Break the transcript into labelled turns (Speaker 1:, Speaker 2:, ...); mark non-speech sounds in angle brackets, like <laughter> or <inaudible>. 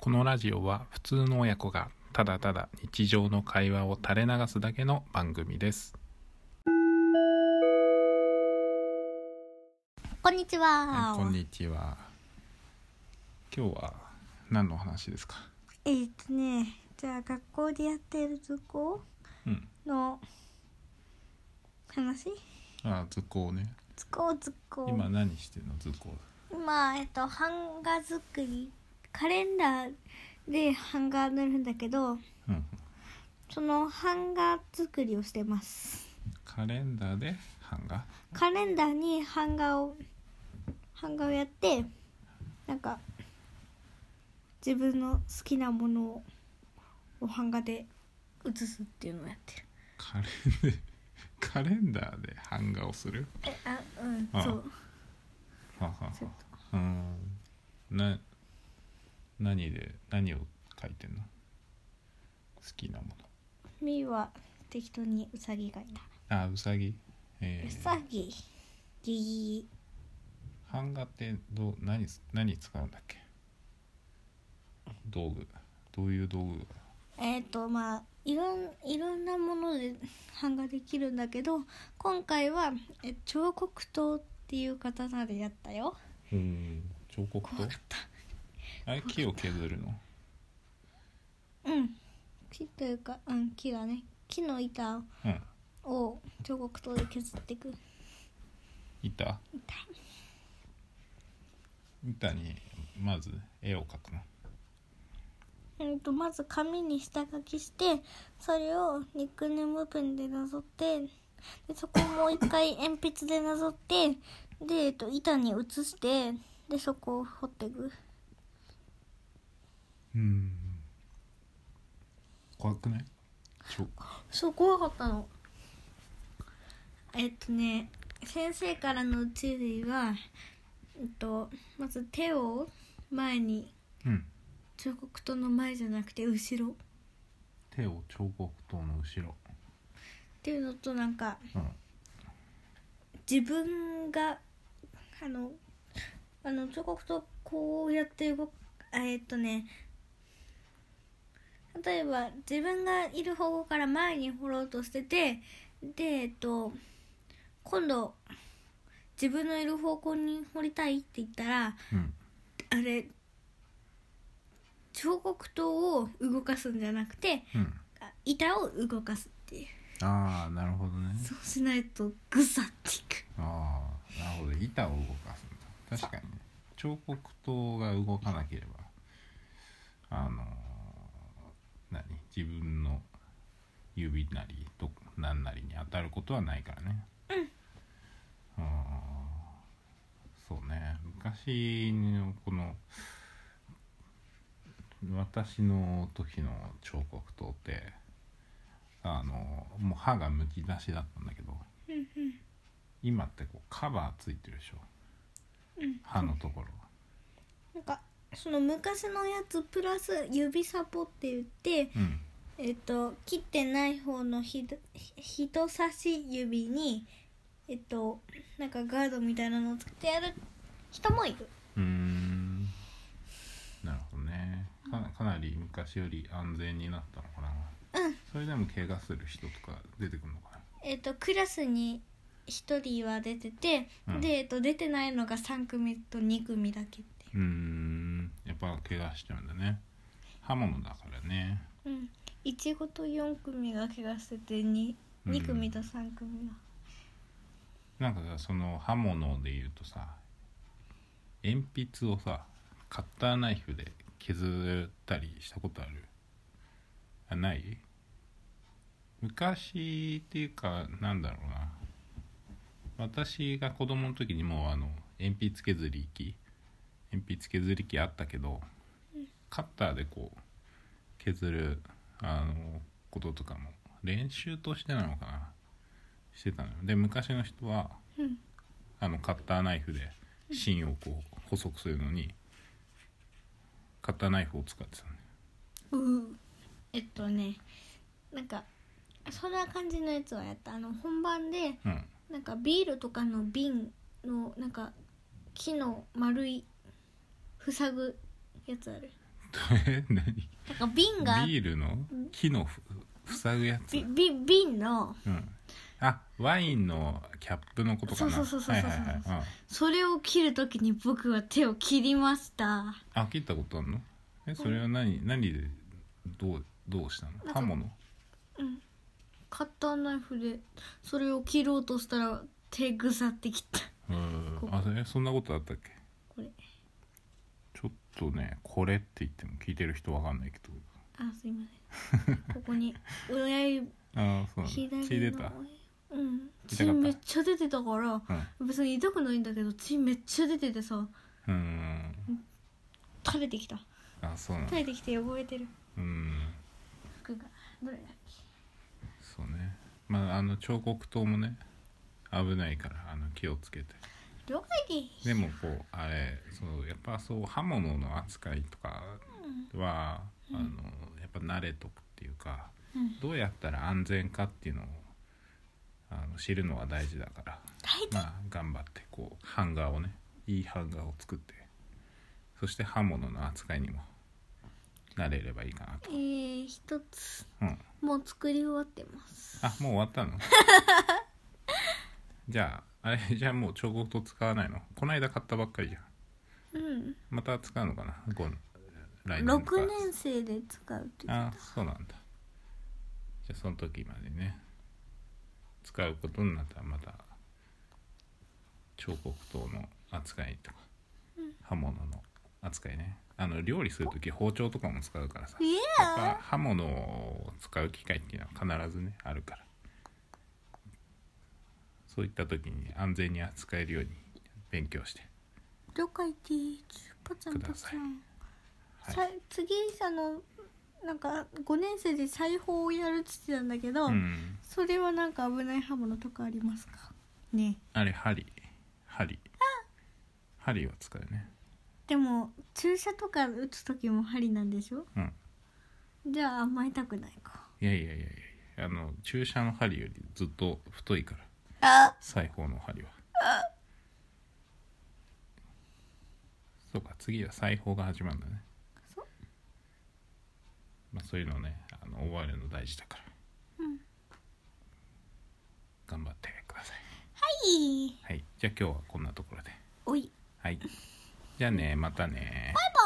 Speaker 1: このラジオは普通の親子がただただ日常の会話を垂れ流すだけの番組です。
Speaker 2: こんにちは。
Speaker 1: こんにちは。今日は何の話ですか。
Speaker 2: えーっとね、じゃあ学校でやってる図工
Speaker 1: うん。
Speaker 2: の話
Speaker 1: あ、図工ね。
Speaker 2: 図工図工。
Speaker 1: 今何してんの図工。
Speaker 2: 今えっと、版画作り。カレンダーで版画塗るんだけど、
Speaker 1: うん。
Speaker 2: その版画作りをしてます。
Speaker 1: カレンダーで版画。
Speaker 2: カレンダーに版画を、版画をやって、なんか、自分の好きなものをを版画で写すっていうのをやってる。
Speaker 1: カレンでカレンダーで版画をする。
Speaker 2: えあうん
Speaker 1: あ
Speaker 2: そう
Speaker 1: ははは
Speaker 2: ちょっ
Speaker 1: うーん。な何で何を書いてんの。好きなもの。
Speaker 2: みーは適当にうさぎがいた
Speaker 1: あ、うさぎ。え
Speaker 2: う
Speaker 1: ー
Speaker 2: さぎぎぎ
Speaker 1: 版画ってどう何す何使うんだっけ道具どういう道具
Speaker 2: えっ、とまあいろんいろんなもので版画できるんだけど今回はえ彫刻刀っていう刀でやったよ
Speaker 1: うん彫刻刀
Speaker 2: 怖かった
Speaker 1: あれ木を削るの
Speaker 2: うん木というかうん木だね木の板
Speaker 1: うん
Speaker 2: を彫刻刀で削っていく
Speaker 1: 板
Speaker 2: 板
Speaker 1: 板にまず絵を描くの
Speaker 2: うんとまず紙に下書きしてそれをニックネームペンでなぞってでそこをもう一回鉛筆でなぞってで、えっと、板に移してでそこを彫っていく
Speaker 1: うん怖くない彫
Speaker 2: そう怖かったのえっとね先生からの注意は、えっと、まず手を前に
Speaker 1: うん
Speaker 2: 彫刻刀の前じゃなくて後ろっ
Speaker 1: 手を彫刻刀の後ろ
Speaker 2: ていうのとなんか
Speaker 1: うん
Speaker 2: 自分があのあの彫刻とこうやって動くあえっとね例えば自分がいる方向から前に掘ろうとしててでえっと今度自分のいる方向に掘りたいって言ったら
Speaker 1: うん
Speaker 2: あれ彫刻刀を動かすんじゃなくて
Speaker 1: うん
Speaker 2: あ板を動かすっていう
Speaker 1: ああなるほどね
Speaker 2: そうしないとグサっていく
Speaker 1: ああなるほど板を動かすんだ確かにね彫刻刀が動かなければあのー何自分の指なりと何なりに当たることはないからねうんそうね昔のこの私の時の彫刻刀ってあのもう歯がむき出しだったんだけど今ってこうカバーついてるでしょ、
Speaker 2: うん
Speaker 1: 歯のところ
Speaker 2: なんかその昔のやつプラス指サポって言って、
Speaker 1: うん
Speaker 2: えっと切ってない方のひどひ人差し指にえっとなんかガードみたいなのをつけてやる人もいる
Speaker 1: うーんなるほどねかかなり昔より安全になったのかな、
Speaker 2: うん
Speaker 1: それでも怪我する人とか出てくるのか
Speaker 2: えっとクラスに1人は出てて、
Speaker 1: うん
Speaker 2: で、えっと、出てないのが3組と2組だけって
Speaker 1: なうーんやっぱ怪我しちゃうんだね刃物だからね
Speaker 2: うんいちごと4組が怪我してて 2,
Speaker 1: うん
Speaker 2: 2組と3組が、
Speaker 1: なんかさその刃物で言うとさ鉛筆をさカッターナイフで削ったりしたことあるあない昔っていうかなんだろうな私が子供の時にもうあの鉛筆削り機鉛筆削り機あったけどカッターでこう削るあのこととかも練習としてなのかなしてたのよで昔の人は
Speaker 2: うん
Speaker 1: あのカッターナイフで芯をこう細くするのにカッターナイフを使ってたのね
Speaker 2: うんえっとねなんかそんな感じのやつはやったあの本番で
Speaker 1: うん
Speaker 2: なんかビールとかの瓶のなんか木の丸い塞ぐやつある
Speaker 1: え何
Speaker 2: なんか瓶が
Speaker 1: ビールの木のふ塞ぐやつ
Speaker 2: びび瓶の
Speaker 1: うんあワインのキャップのことかな
Speaker 2: そうそうそうそうそう
Speaker 1: はいはいはいうん
Speaker 2: それを切るときに僕は手を切りました
Speaker 1: あ切ったことあるのえそれは何、何でどうどうした
Speaker 2: なん
Speaker 1: の
Speaker 2: か
Speaker 1: 刃物
Speaker 2: カッターナイフでそれを切ろうとしたら手腐ってきた
Speaker 1: うん
Speaker 2: ここ
Speaker 1: あそれそんなことあったっけ
Speaker 2: これ
Speaker 1: ちょっとねこれって言っても聞いてる人わかんないけど
Speaker 2: あすいま
Speaker 1: <laughs>
Speaker 2: せんここに親指
Speaker 1: ああそうなんだ
Speaker 2: 左の
Speaker 1: 血出た
Speaker 2: うん
Speaker 1: 痛
Speaker 2: 血
Speaker 1: かった
Speaker 2: めっちゃ出てたから
Speaker 1: うん
Speaker 2: 別に痛くないんだけど血めっちゃ出ててさ
Speaker 1: うん
Speaker 2: 垂れてきた
Speaker 1: あそうなんだ
Speaker 2: 垂れてきて汚れてる
Speaker 1: うん
Speaker 2: 服がどれだっけ
Speaker 1: そうねまああの彫刻刀もね危ないからあの気をつけて
Speaker 2: 了解です
Speaker 1: でもこうあれそうやっぱそう刃物の扱いとかは、あのやっぱ慣れとくっていうか、
Speaker 2: うん
Speaker 1: どうやったら安全かっていうのをあの知るのは大事だから、
Speaker 2: 大
Speaker 1: まあ、頑張ってこうハンガーをねいいハンガーを作ってそして刃物の扱いにも慣れればいいかなと。
Speaker 2: えー、一つ
Speaker 1: うん
Speaker 2: もう作り終わってます
Speaker 1: あもう終わったの <laughs> じゃああれ <laughs> じゃあもう彫刻刀使わないのこないだ買ったばっかりじゃん
Speaker 2: うん
Speaker 1: また使うのかなこの来年とか
Speaker 2: 6年生で使うって言っ
Speaker 1: あ
Speaker 2: て
Speaker 1: そうなんだじゃあその時までね使うことになったらまた彫刻刀の扱いとか、刃物の扱いねあの料理する時包丁とかも使うからさ
Speaker 2: たい
Speaker 1: やっ
Speaker 2: や
Speaker 1: ぱ刃物を使う機会っていうのは必ずねあるからそういった時に安全に扱えるように勉強して
Speaker 2: ー了解ですパチャン
Speaker 1: く
Speaker 2: パ
Speaker 1: ださ
Speaker 2: チ
Speaker 1: い
Speaker 2: ャン
Speaker 1: はい
Speaker 2: さ次あのなんか5年生で裁縫をやるって言ってたんだけど、
Speaker 1: うん
Speaker 2: それはなんか危ない刃物とかありますかね
Speaker 1: あれ針針針を使うね
Speaker 2: でも注射とか打つ時も針なんでしょ
Speaker 1: うん
Speaker 2: じゃあ甘えたくないか
Speaker 1: いやいやいやいやあの注射の針よりずっと太いから
Speaker 2: あ
Speaker 1: 裁縫の針はそうか次は裁縫が始まるんだね
Speaker 2: そう
Speaker 1: まあそういうのねあの覚えるの大事だから
Speaker 2: うん
Speaker 1: 頑張ってください
Speaker 2: いい
Speaker 1: はいじゃあ今日はこんなところで
Speaker 2: おい
Speaker 1: はいじゃあねまたね
Speaker 2: バイバ